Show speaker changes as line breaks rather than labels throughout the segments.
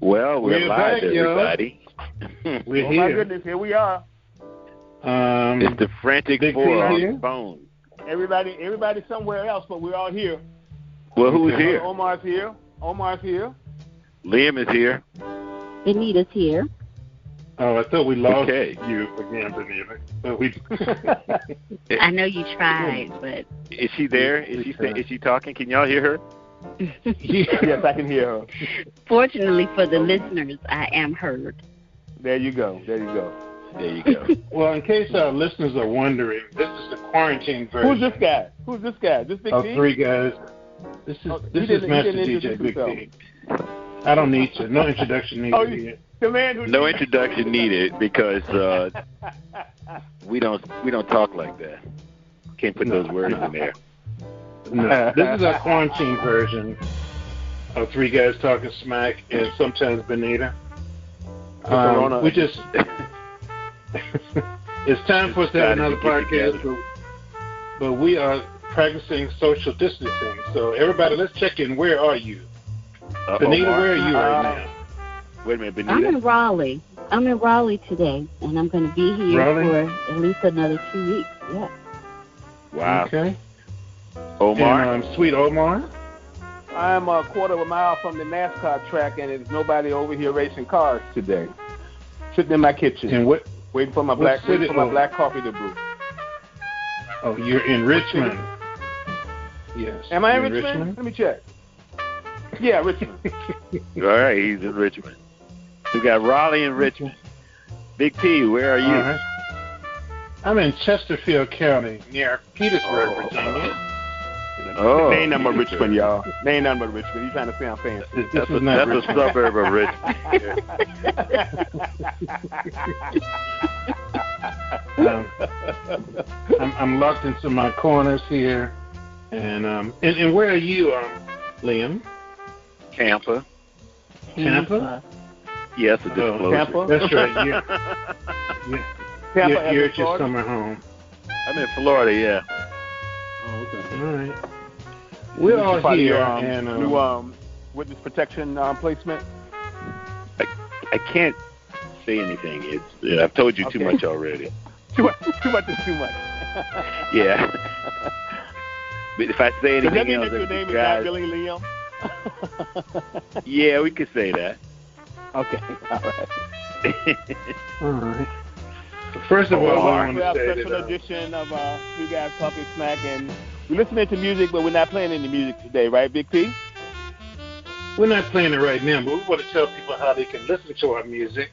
Well, we're,
We're
live,
back, yo.
everybody.
We're
oh my
here.
goodness, here we are.
Um,
it's the frantic
Big
four
T
on
here?
the phone.
Everybody, everybody somewhere else, but we're all here.
Well, who's
Okay.
here?
Omar's here. Omar's here.
Liam is here.
Anita's here.
oh, I thought we lost
Okay.
you again, Benita. But we.
I know you tried, but
Is she there? Is she sta- is she talking? Can y'all hear her?
yes, I can hear her.
fortunately for the listeners, I am heard.
There you go. There you go.
There you go.
well, in case our listeners are wondering, this is the quarantine version
Who's this guy? Who's this guy? This Big
of
T?
three guys. This is
Oh, he
this is
didn't- he
Master
didn't
DJ Big
introduce
T. I don't need to. No introduction needed.
Oh, you-
here.
The man who.
no introduction needed because uh, we don't we don't talk like that. Can't put
No.
those words in there.
No, this is our quarantine version of three guys talking smack and sometimes Benita.
Corona.
Um, we just it's time for us to have
Decided
another
to get
podcast, but, but we are practicing social distancing. So everybody, let's check in. Where are you,
Uh,
Benita?
Omar.
Where are you
Uh,
right
Wait a minute,
I'm
Benita.
in Raleigh. I'm in Raleigh today, and I'm going to be here
Raleigh?
for at least another two weeks. Yeah.
now?
Wow.
Okay.
Omar.
And, um, sweet Omar.
I'm a quarter of a mile from the NASCAR track, and there's nobody over here racing cars today. Sitting in my kitchen,
And what?
waiting for my
what
black, waiting
city-
for my
oh.
black coffee to brew.
Oh, you're in Richmond. Yes.
Am I in
You're
Richmond? Let me check. Yeah, Richmond.
All right, he's in Richmond. We got Raleigh in Richmond. Big T, where are you?
All right. I'm in Chesterfield County near Petersburg,
Oh.
Virginia.
Oh,
Name number
Petersburg.
Richmond, y'all. Name number Richmond. You trying to sound fancy?
This
That's,
is
a,
not
that's a
Richmond.
suburb of Richmond.
Um, I'm, I'm locked into my corners here. And um, and, and where are you, um, Liam?
Tampa.
Mm-hmm.
Tampa?
Yes, a
Oh,
disclosure.
Tampa?
That's right. You're,
Uh, Tampa,
you're, you're at your
Florida.
summer home.
I'm in Florida, yeah.
All right. We're
This is
all
part of
here.
your, um,
and, um,
new um, witness protection um, placement.
I can't say anything. It's yeah, I've told you too
Okay.
much already.
Too much, too much is too much.
Yeah. but if I say
Does that
anything
mean
else,
that your
it'd be
name is
guys-
not Billy Liam?
yeah, we could say that.
okay, all right.
all right. First of all,
Well,
Well,
I want
we
to
have
say
special
that, uh,
edition of uh, Three Guys Talking Smack, and we're listening to music, but we're not playing any music today, right, Big T?
We're not playing it right now, but we want to tell people how they can listen to our music.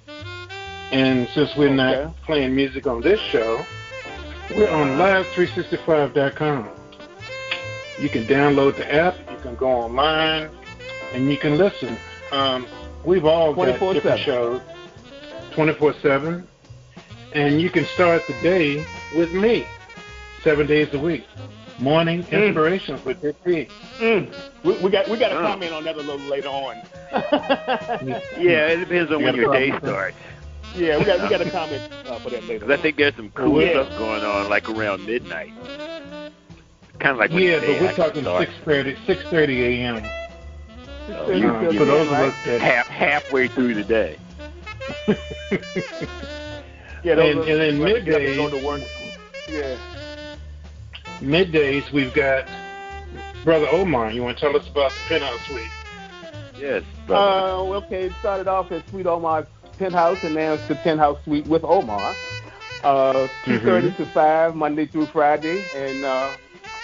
And since we're
Okay.
not playing music on this show, we're on live365.com. You can download the app, you can go online, and you can listen. Um, we've all got
24/7.
different shows 24 7. And you can start the day with me, seven days a week. Morning
Mm.
inspirations with Big P.
We, we got we got to
Oh.
comment on that a little later on.
Yeah, it depends on
You
when
got a
your day
problem.
starts.
yeah, we got we got to comment uh, for that later.
'Cause I think there's some cool
Yeah.
stuff going on, like around midnight. Kind of like when
Yeah,
the day
but we're
actually
talking
starts.
six thirty, six thirty a.m.
Oh,
Six
you-
Um,
thirty
you-
for those of
right?
us that,
half halfway through the day.
Yeah, those
And-
are-
and then
like, you have to
midday-
go to work. Yeah.
middays, we've got Brother Omar. You want to tell us about the penthouse suite?
Yes, brother.
Uh, okay, it started off at Sweet Omar's penthouse, and now it's the penthouse suite with Omar. Uh, 2.30 to 5, Monday through Friday, and uh,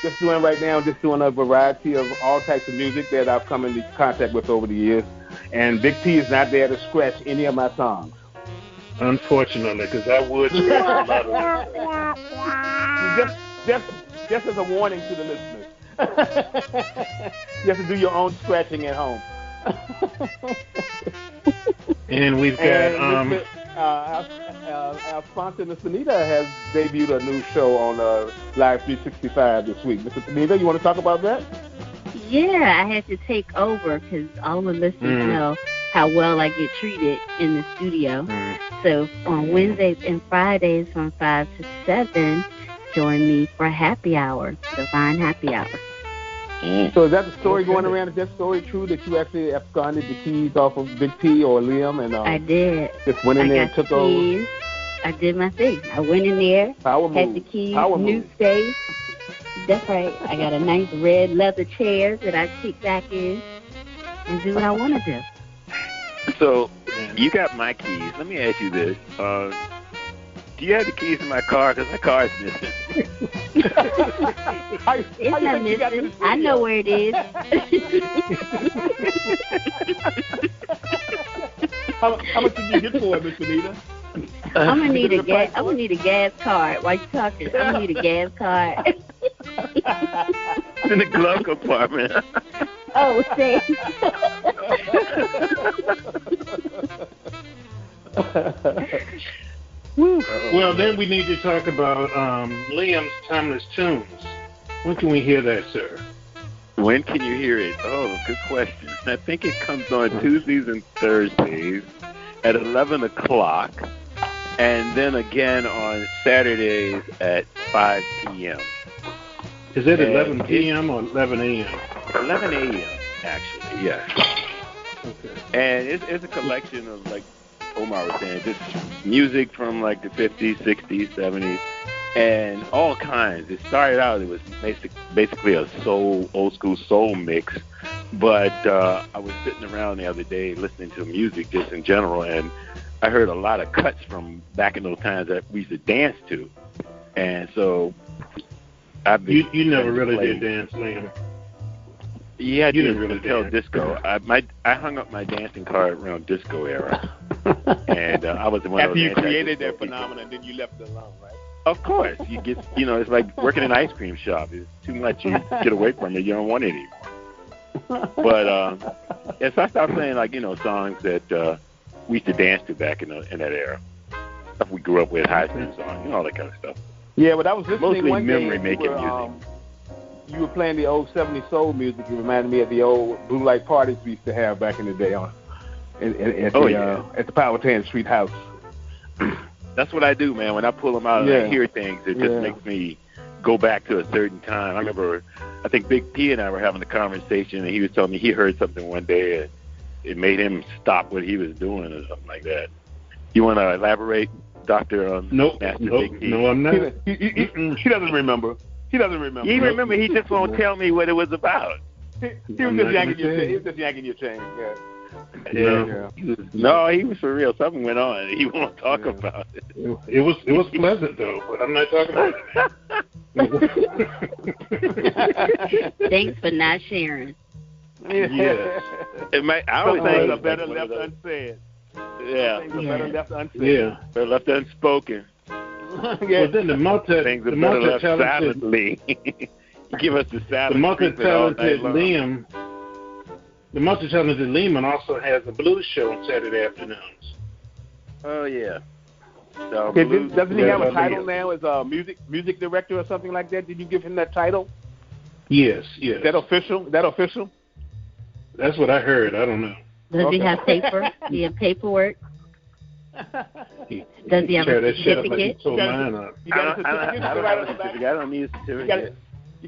just doing right now, just doing a variety of all types of music that I've come into contact with over the years. And Big T is not there to scratch any of my songs.
Unfortunately, because I would. a lot of-
just, just, just as a warning to the listeners, you have to do your own scratching at home.
and we've got
and
um,
Mr. uh, our, uh, our sponsor, Miss Anita, has debuted a new show on uh, Live 365 this week. Miss Anita, you want to talk about that?
Yeah, I had to take over because all the listeners
Mm.
know how well I get treated in the studio.
um,
So on Wednesdays and Fridays from 5 to 7, join me for happy hour, divine happy hour.
Mm.
So is that the story
Okay.
going around? Is that story true that you actually absconded the keys off of Big P or Liam and
I
um,
did.
just went in
I
there and
got
took
the
over
keys. I did my thing. I went in there,
power
had the
move?
keys,
Power
new
move.
space. That's right. I got a nice red leather chair that I kick back in and do what I want to do.
So you got my keys. Let me ask you this: uh, Do you have the keys to my car? Because my car is missing.
How you-
It's
how you
not
think you got to the
missing. I know
studio?
where it is.
How, how much did you get for it, Miss Anita?
Uh,
I'm gonna need
Give it
a
a price
gas. I'm
for
gonna need a gas card. Why you talking? I'm gonna need a gas card.
It's in the glove compartment.
oh, say.
Well, then we need to talk about um, Liam's timeless tunes. When can we hear that, sir?
When can you hear it? Oh, good question. I think it comes on Tuesdays and Thursdays at 11 o'clock, and then again on Saturdays at 5 p.m.
Is it
Uh,
11
it-
p.m. or 11 a.m.?
11 a.m. actually. Yeah.
Okay.
And it's, it's a collection of like Omar was saying, just music from like the 50s, 60s, 70s, and all kinds. It started out it was basic, basically a soul, old school soul mix, but uh, I was sitting around the other day listening to music just in general, and I heard a lot of cuts from back in those times that we used to dance to, and so I've been
You, you never really
playing-
did dance, Liam.
yeah, I
You
did
didn't really
until
dance.
disco. I my I hung up my dancing card around disco era, and uh, I was the one. of
After
those
you created
anti-disco
that
people.
phenomenon, then you left it alone, right?
Of course, you get you know it's like working in an ice cream shop. It's too much. You get away from it. You don't want it anymore. But um, yes, I started playing like you know songs that uh, we used to dance to back in the, in that era. Stuff we grew up with, high school songs, you know all that kind of stuff.
Yeah, but I was listening
Mostly
one day.
memory making
you were, Um, you were playing the old '70s soul music. You reminded me of the old blue light parties we used to have back in the day on in, in, at,
Oh,
the,
yeah.
uh, at the Powhatan Street House.
That's what I do, man. When I pull them out and
Yeah.
I hear things, it just
Yeah.
makes me go back to a certain time. I remember, I think Big P and I were having a conversation, and he was telling me he heard something one day, and it made him stop what he was doing or something like that. You want to elaborate, Doctor? Um,
Nope.
Master
Nope.
Big P?
No, I'm not.
He, he, he,
Mm-mm.
he doesn't remember. He doesn't remember.
You remember? He just won't tell me what it was about.
He, he was
I'm
just
not
yanking
gonna
your
say.
chain. He was just yanking your chain. Yeah.
No.
He was- no, he was for real. Something went on. and He won't talk
Yeah.
about it.
It was it was pleasant though, but I'm not talking about it.
Thanks for not sharing.
Yes.
It might. I
Some
don't
things
think
are
it's
better
like one
left
of those-
unsaid.
Yeah,
Things are better
Yeah.
left unsaid.
yeah.
but left unspoken.
Yeah.
But then the multi
things
the
are better
multi
left
talented
silently. You Give us the
the
silent
multi
treatment all night
talented
long.
Liam the multi talented Lehman also has a blues show on Saturday afternoons.
Oh yeah. So,
Okay,
blues-
does- doesn't he have a
Yeah.
title now as a music music director or something like that? Did you give him that title?
Yes, yes.
Is that official? Is that official?
That's what I heard. I don't know.
Does
Okay.
he have paper? Do you have paperwork?
He,
Does he have a
tear that shit up like he
certificate?
tore
You got a
mine up.
You
I
got a
don't, I, don't,
certificate you
I,
can
don't
write
have
on
a
the back.
certificate. I don't need a
You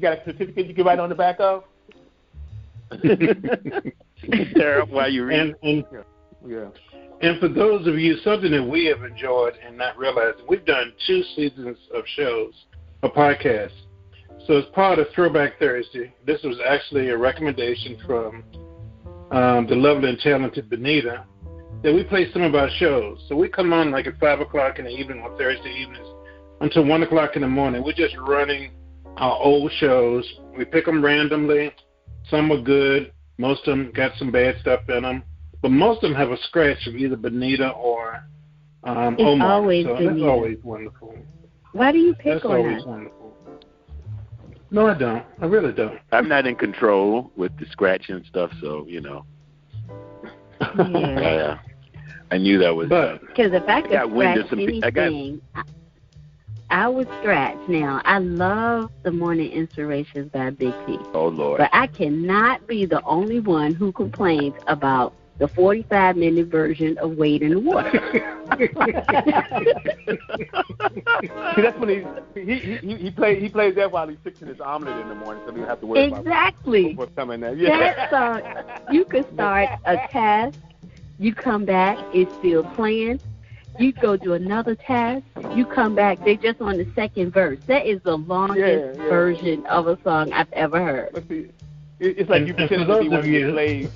certificate.
got a, you got a certificate you can write on the back of.
Tear up while you read.
And and
Yeah.
And for those of you, something that we have enjoyed and not realized, we've done two seasons of shows, or podcasts. So as part of Throwback Thursday, this was actually a recommendation from um, the lovely and talented Benita that we play some of our shows. So we come on like at 5 o'clock in the evening on Thursday evenings until 1 o'clock in the morning. We're just running our old shows. We pick them randomly. Some were good. Most of them got some bad stuff in them. But most of them have a scratch of either Benita or um,
It's
Omar.
always
so that's
Benita.
always wonderful.
Why do you pick
That's
on
always
us?
wonderful. No, I don't. I really don't.
I'm not in control with the scratching and stuff, so you know.
Yeah.
Yeah. I knew that was.
but
Because if I could
got wind of
scratch
some pe- I got-
anything, I, I would scratch. Now I love the morning inspirations by Big P,
oh Lord.
but I cannot be the only one who complains about the 45 minute version of Wade in the Water.
See, that's when he he he, he plays he plays that while he's fixing his omelet in the morning, so we don't have to worry about
exactly.
what's coming there.
That
Yeah.
song, you could start a test, you come back, it's still playing. You go do another test, you come back, they're just on the second verse. That is the longest
Yeah, yeah.
version of a song I've ever heard.
Let's see. It- It's like
And-
you
and
pretending
for
to be
those
one of
of
the
you-
slaves,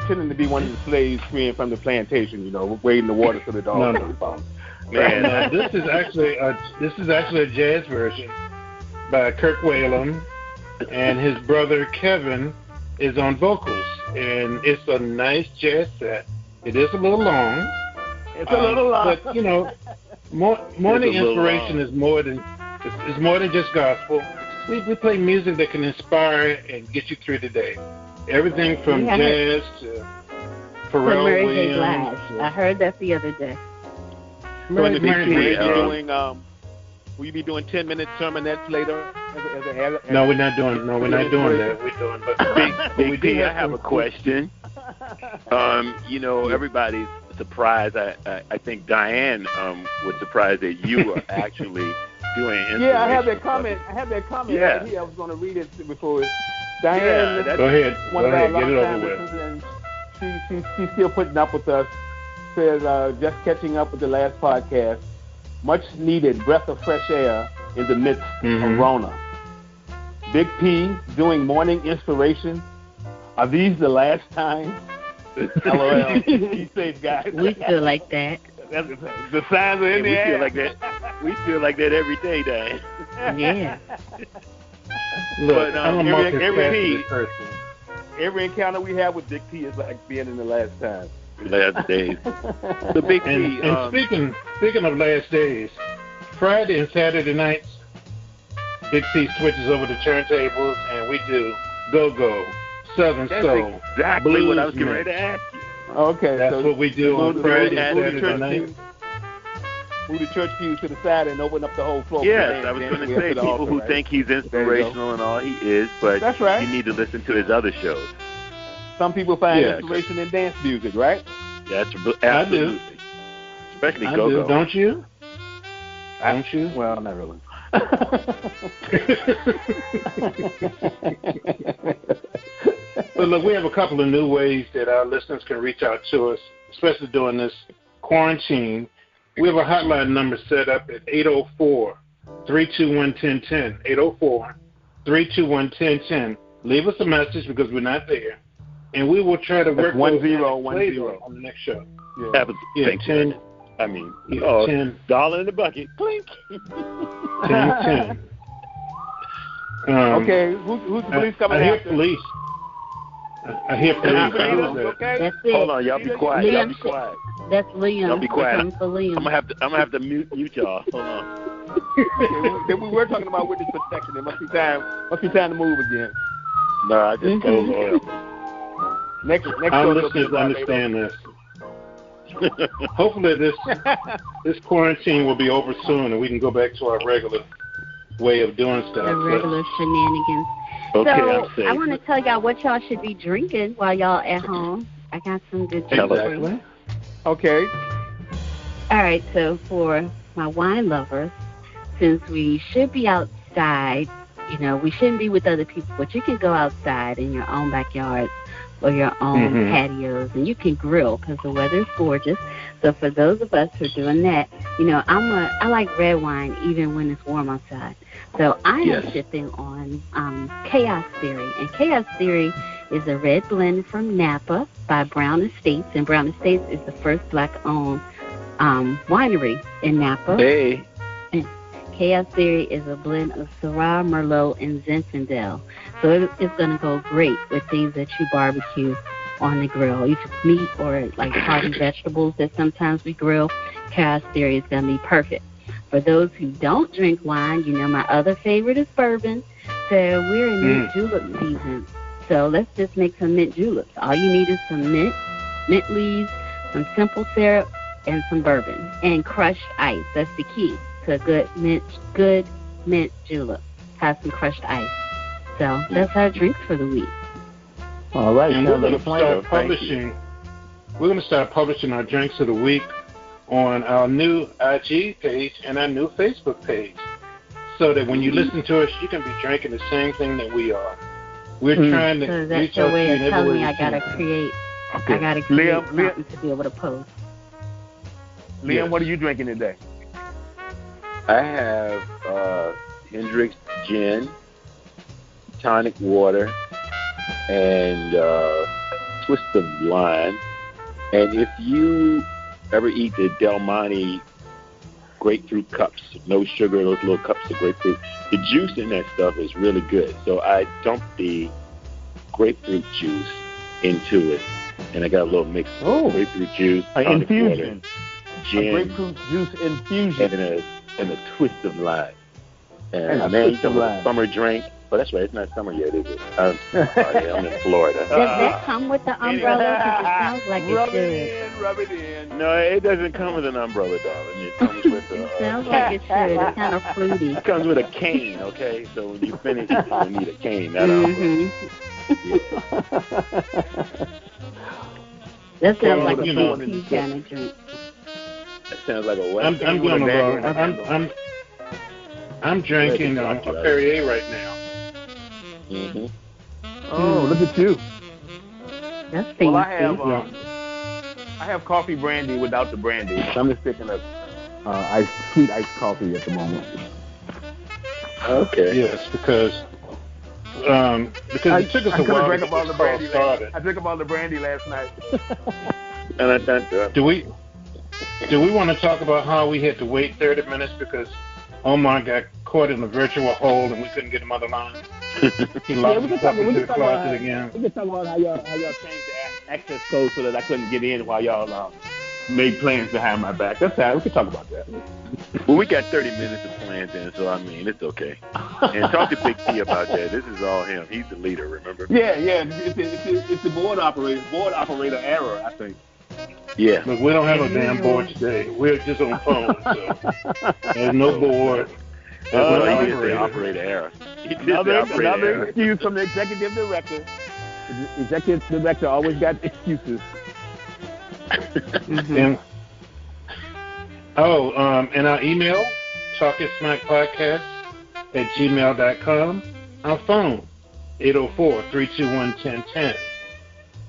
pretending to be one of the slaves fleeing from the plantation. You know, wading the water so the
No,
dogs
no.
don't follow.
And uh,
Man,
this is actually a, this is actually a jazz version by Kirk Whalum, and his brother Kevin is on vocals, and it's a nice jazz set. It is a little long,
It's a little
um,
lot.
but you know, more, morning
It's a little
inspiration
long.
is more than is more than just gospel. We we play music that can inspire and get you through the day. Everything from
Yeah.
jazz to
From
Pharrell
Mary J.
Williams.
Blige. I
to-
heard that the other day.
So in the
Mary
future, will you be
uh,
doing um, will you be doing ten minute sermonettes later? As a, as a, as a,
No, we're not doing. No, we're not doing that. We're doing. But
Big,
But we
Big
do
P, I
have
have a
some-
question. Um, you know, everybody's surprised. I, I, I think Diane um, was surprised that you were actually doing
Yeah, I have
inspirational
that comment. I have that comment
Yeah.
right here. I was going to read it before.
stuff.
Diane,
Yeah,
this
that's,
go ahead.
one
Go
of our
ahead. Get it
longtime
over with.
listeners, and um, she, she, she's still putting up with us. Says, uh, just catching up with the last podcast. Much needed breath of fresh air in the midst
Mhm.
of Rona. Big P doing morning inspiration. Are these the last time? LOL. Be safe, guys.
We feel like that.
That's the- the signs are
yeah,
in
we
the air.
feel like that. We feel like that every day, Diane.
Yeah.
Look,
But, uh,
I'm a
every- every-
multifaceted person.
Every encounter we have with Big P is like being in the last time.
Last days. The Big P.
And, and
um,
speaking speaking of last days, Friday and Saturday nights, Big P switches over to turntables, and we do go go southern
that's
soul.
exactly what I was getting
blues
ready to ask.
Okay,
That's
so
what we do
move
on
the-
Friday and
move the
Saturday
church
night.
pews- Move the church pews to the side and open up the whole floor.
Yes,
Then-
I was
then
going
we
to
have
say
the
people
altar,
who
right?
think he's inspirational and all he is, but
That's right.
you need to listen to his other shows.
some people find
Yeah,
inspiration in dance music, right?
That's b- absolutely, especially
I
Go
do,
Go.
don't you? Don't you?
Well, not really.
But look, we have a couple of new ways that our listeners can reach out to us, especially during this quarantine. We have a hotline number set up at 804 321 1010. 804 321 1010. Leave us a message because we're not there. And we will try to
That's
work
one
those in and
zero, one
play
zero.
them on the next show.
yeah.
That was-
Yeah,
thank you.
10,
I mean,
yeah,
oh,
10,
dollar in the bucket. Clink.
10, 10. Um,
okay, who, who's the police
I,
coming
I hear
after?
police. I, I hear police.
Yeah,
Who is that?
Okay.
That's it.
Hold on, y'all be quiet. Y'all be
Liam.
quiet.
That's Liam.
Don't be quiet.
Something For Liam.
I'm gonna have to. I'm gonna have to mute, mute y'all. Hold on.
okay we, then we were talking about witness protection. It must be time. Must be time to move again.
No, I just
Mhm.
told Laura.
Next, next
Our
show will be
listeners
about
understand this. Hopefully, this this quarantine will be over soon, and we can go back to our regular way of doing stuff.
the regular shenanigans.
okay,
so
I'm safe.
I want to tell y'all what y'all should be drinking while y'all at home. I got some good
Tell
drinks
us.
for you.
Exactly.
Okay.
All right, so for my wine lovers, since we should be outside, you know, we shouldn't be with other people, but you can go outside in your own backyards or your own
Mhm.
patios and you can grill because the weather's gorgeous. So for those of us who are doing that, you know, I'm a I like red wine even when it's warm outside. So I am
Yes.
sipping on um, Chaos Theory, and Chaos Theory is a red blend from Napa by Brown Estates, and Brown Estates is the first black-owned um, winery in Napa.
hey,
Chaos Theory is a blend of Syrah, Merlot, and Zinfandel. So it, it's going to go great with things that you barbecue on the grill, either meat or like hearty vegetables that sometimes we grill. Chaos Theory is going to be perfect. For those who don't drink wine, you know my other favorite is bourbon. So we're in mint julep season. So let's just make some mint juleps. All you need is some mint, mint leaves, some simple syrup, and some bourbon and crushed ice. That's the key to a good mint, good mint julep. Have some crushed ice. So that's our drinks for the week.
All right.
And we're
sounds
going
like a
to
plan.
start
Thank you.
publishing. We're going to start publishing our drinks of the week on our new IG page and our new Facebook page so that when you
Mm-hmm.
listen to us, you can be drinking the same thing that we are. We're
Mm-hmm.
Mm.
trying to
So
reach
that's your
out to
way
you
of
in
telling
every
me
way
I
we
gotta
can.
create. I
Okay.
gotta create
Liam, Liam-
something to be able to post.
Liam,
Yes.
what are you drinking today?
I have uh, Hendrix gin, tonic water, and uh, twist of lime. And if you ever eat the Del Monte grapefruit cups, no sugar, those little cups of grapefruit, the juice in that stuff is really good. So I dumped the grapefruit juice into it, and I got a little mix of
Oh.
grapefruit juice,
An
tonic
infusion.
water,
A
gin,
grapefruit juice infusion.
and a and a twist of lime. And,
And a
man, you
twist of
talking about
lime.
summer drink. But that's right, it's not summer yet, is it? I'm sorry, I'm in Florida.
Uh,
Does
Ah.
that come with the umbrella? 'Cause it sounds like it
rub
should.
it in, rub it in.
no, it doesn't come with an umbrella, darling. It comes with
It
a
sounds like it should.
uh,
It's kind of fruity.
it comes with a cane, okay? So when you finish, you need a cane. Not an umbrella.
hmm
Yeah.
That sounds
Well,
like
you
a
know-
big tea kind of drink.
That sounds like a what?
I'm, I'm going to roll.
Niagara.
I'm, I'm, I'm drinking um, a Perrier right now.
Mhm.
Oh, look at you.
That's fancy.
Well, I have
Yeah.
um, I have coffee brandy without the brandy. So I'm just picking up uh, ice, sweet iced coffee at the moment.
Okay.
Yes, because um, because it took us a
couldn't
while to
drink
get
up all
this
the
call
brandy. Last,
started.
I drank up all the brandy last night.
And I thought that.
Do we do we want to talk about how we had to wait 30 minutes because Omar got caught in a virtual hole and we couldn't get him on the line?
uh,
He locked
we can
himself
talk- we
into
can
the
talk about
closet
that.
again.
We just talk about how y'all how y'all changed the a- access code so that I couldn't get in while y'all uh, made plans behind my back. That's how we can talk about that.
Well, we got 30 minutes of plans in, so I mean, it's okay. And talk to Big T about that. This is all him. He's the leader, remember?
Yeah, yeah. It's, it's, it's, it's the board operator board operator error, I think.
Yeah.
Look, we don't have a damn board today. We're just on phone, Oh, so there's no board. There's
Oh,
no
he did
operator.
the operator error. He did
Another,
the operator
another
error.
excuse from the executive director. The executive director always got excuses. Mm-hmm. Hmm.
And, oh, um, and our email, talk at smack podcast at gmail.com. Our phone, 804-321-1010.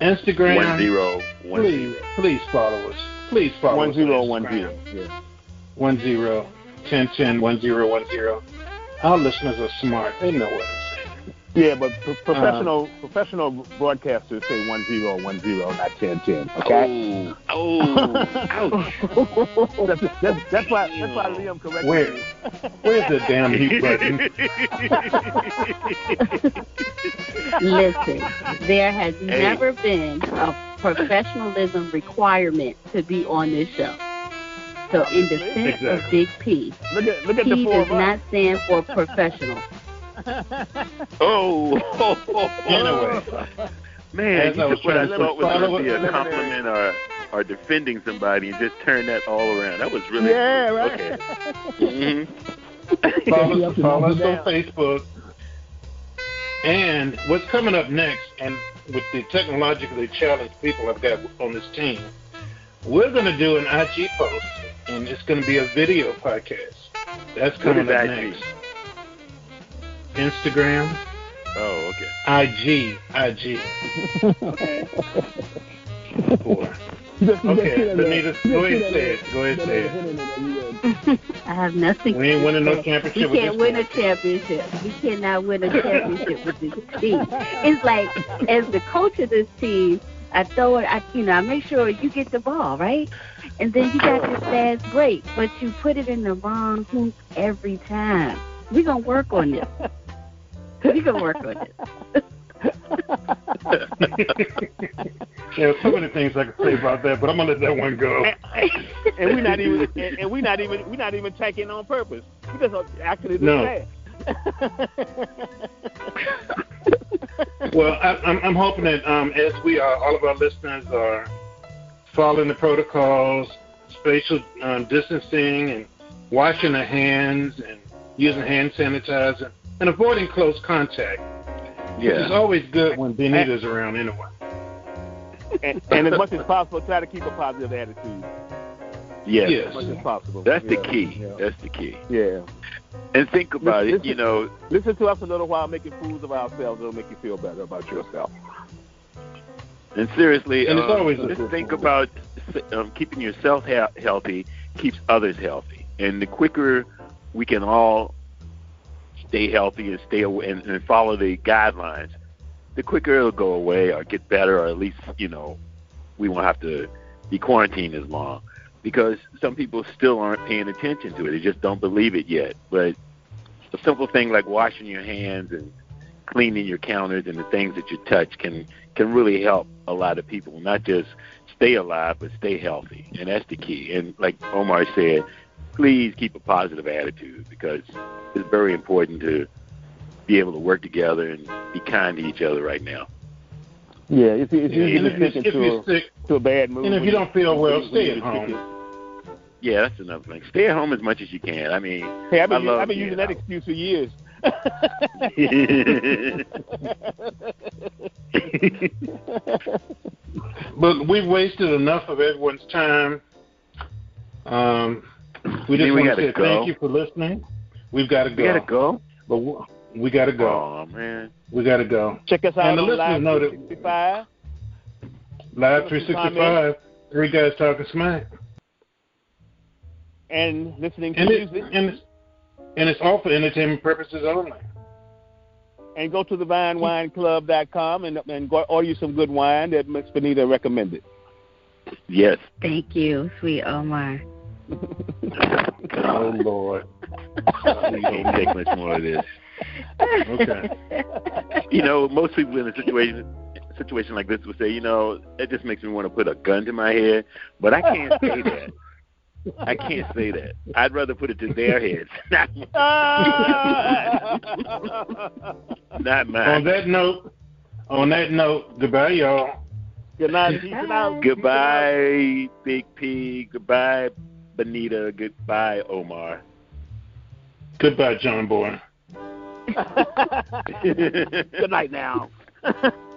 Instagram,
One zero one
please,
zero.
please follow us. Please follow
One
us.
zero
on
one
Instagram.
zero. Yeah.
One zero, ten ten, one zero, one zero. Our listeners are smart. They know what to say.
Yeah, but pro- professional professional broadcasters say one zero one zero, not ten ten. Okay.
Oh, oh, ouch.
that's, that's, that's why that's why Liam corrected
Where,
me.
where's the damn mute button?
Listen, there has
Hey.
never been a professionalism requirement to be on this show. So, in defense of Big P,
Look at look at the
P
four
does
of us.
not stand for professional.
oh,
Anyway.
man,
As
you
I was
took what I
trying to
thought was
follow
going to be
it-
a compliment or, or defending somebody and just turned that all around. That was really
Yeah,
cool.
right.
Okay. Mhm.
follow,
Up to
follow us
number
on
down.
Facebook. And what's coming up next, and with the technologically challenged people I've got on this team, we're going to do an IG post, and it's going to be a video podcast. That's
What
coming
is
up
IG?
next. Instagram,
Oh, okay.
IG, IG.
Mm-hmm.
Boy. Okay, Benita, go ahead and say it. Go ahead and say it.
I have nothing.
We ain't winning no
to say.
championship
We
with
can't
this
win a
team.
championship. We cannot win a championship with this team. It's like, as the coach of this team, I throw it. I, you know, I make sure you get the ball right, and then you got this fast break, but you put it in the wrong hoop every time. We are gonna work on this. We gonna work on it.
There are so many things I can say about that, but I'm going to let that one go.
and we're not even and, and we're not even we're not even checking on purpose. We just actually just
No.
sad.
Well, I, I'm, I'm hoping that um, as we are, all of our listeners are following the protocols, spatial um, distancing, and washing their hands, and using hand sanitizer, and avoiding close contact, which is
Yeah.
always good when Benita's around anyway.
and, and as much as possible, try to keep a positive attitude.
Yes.
Yes.
As much as possible.
That's the
Yeah,
key.
yeah.
That's the key.
Yeah.
And think about
Listen-
it. You know,
Listen to us a little while, making fools of ourselves. It'll make you feel better about yourself.
And seriously,
And it's
um,
always a
just
good
think
rule.
about um, keeping yourself he- healthy keeps others healthy. And the quicker we can all stay healthy and stay away and, and follow the guidelines, the quicker it'll go away or get better, or at least you know we won't have to be quarantined as long. Because some people still aren't paying attention to it; they just don't believe it yet. But a simple thing like washing your hands and cleaning your counters and the things that you touch can can really help a lot of people not just stay alive but stay healthy and that's the key and like omar said please keep a positive attitude because it's very important to be able to work together and be kind to each other right now
Yeah, it's, it's
Yeah,
usually
And
yeah.
if,
taken
you- if
to
you're
a,
sick,
to a bad mood.
and if
when
you don't feel well,
when
stay
you-
at
when you-
home.
yeah that's another thing stay at home as much as you can i mean
Hey, I've been,
I
u-
love
I've been
being
using that
out.
excuse for years.
But we've wasted enough of everyone's time. Um, we just
Then we
want to
gotta
say
go.
thank you for listening. We've got to go.
we gotta go
But we, we got to go.
oh man
We got to go.
Check us out
And the
on
listeners
Live
know that-
365.
Live
Give us some
365, three guys talking smack.
and listening to
And, it,
music.
and, it's, and it's all for entertainment purposes only.
and go to the vinewineclub.com and and go order some good wine that Miss Benita recommended.
yes
Thank you, sweet Omar.
Oh, Lord.
we can't take much more of this
Okay.
you know, most people in a situation situation like this would say, you know, that just makes me want to put a gun to my head, but I can't say that. I can't say that. I'd rather put it to their heads, not not
on
mine.
that note, on that note, goodbye, y'all.
Good night. Peace and out.
Goodbye, Big P. Goodbye, Benita. Goodbye, Omar.
Goodbye, John Boy.
Good night now.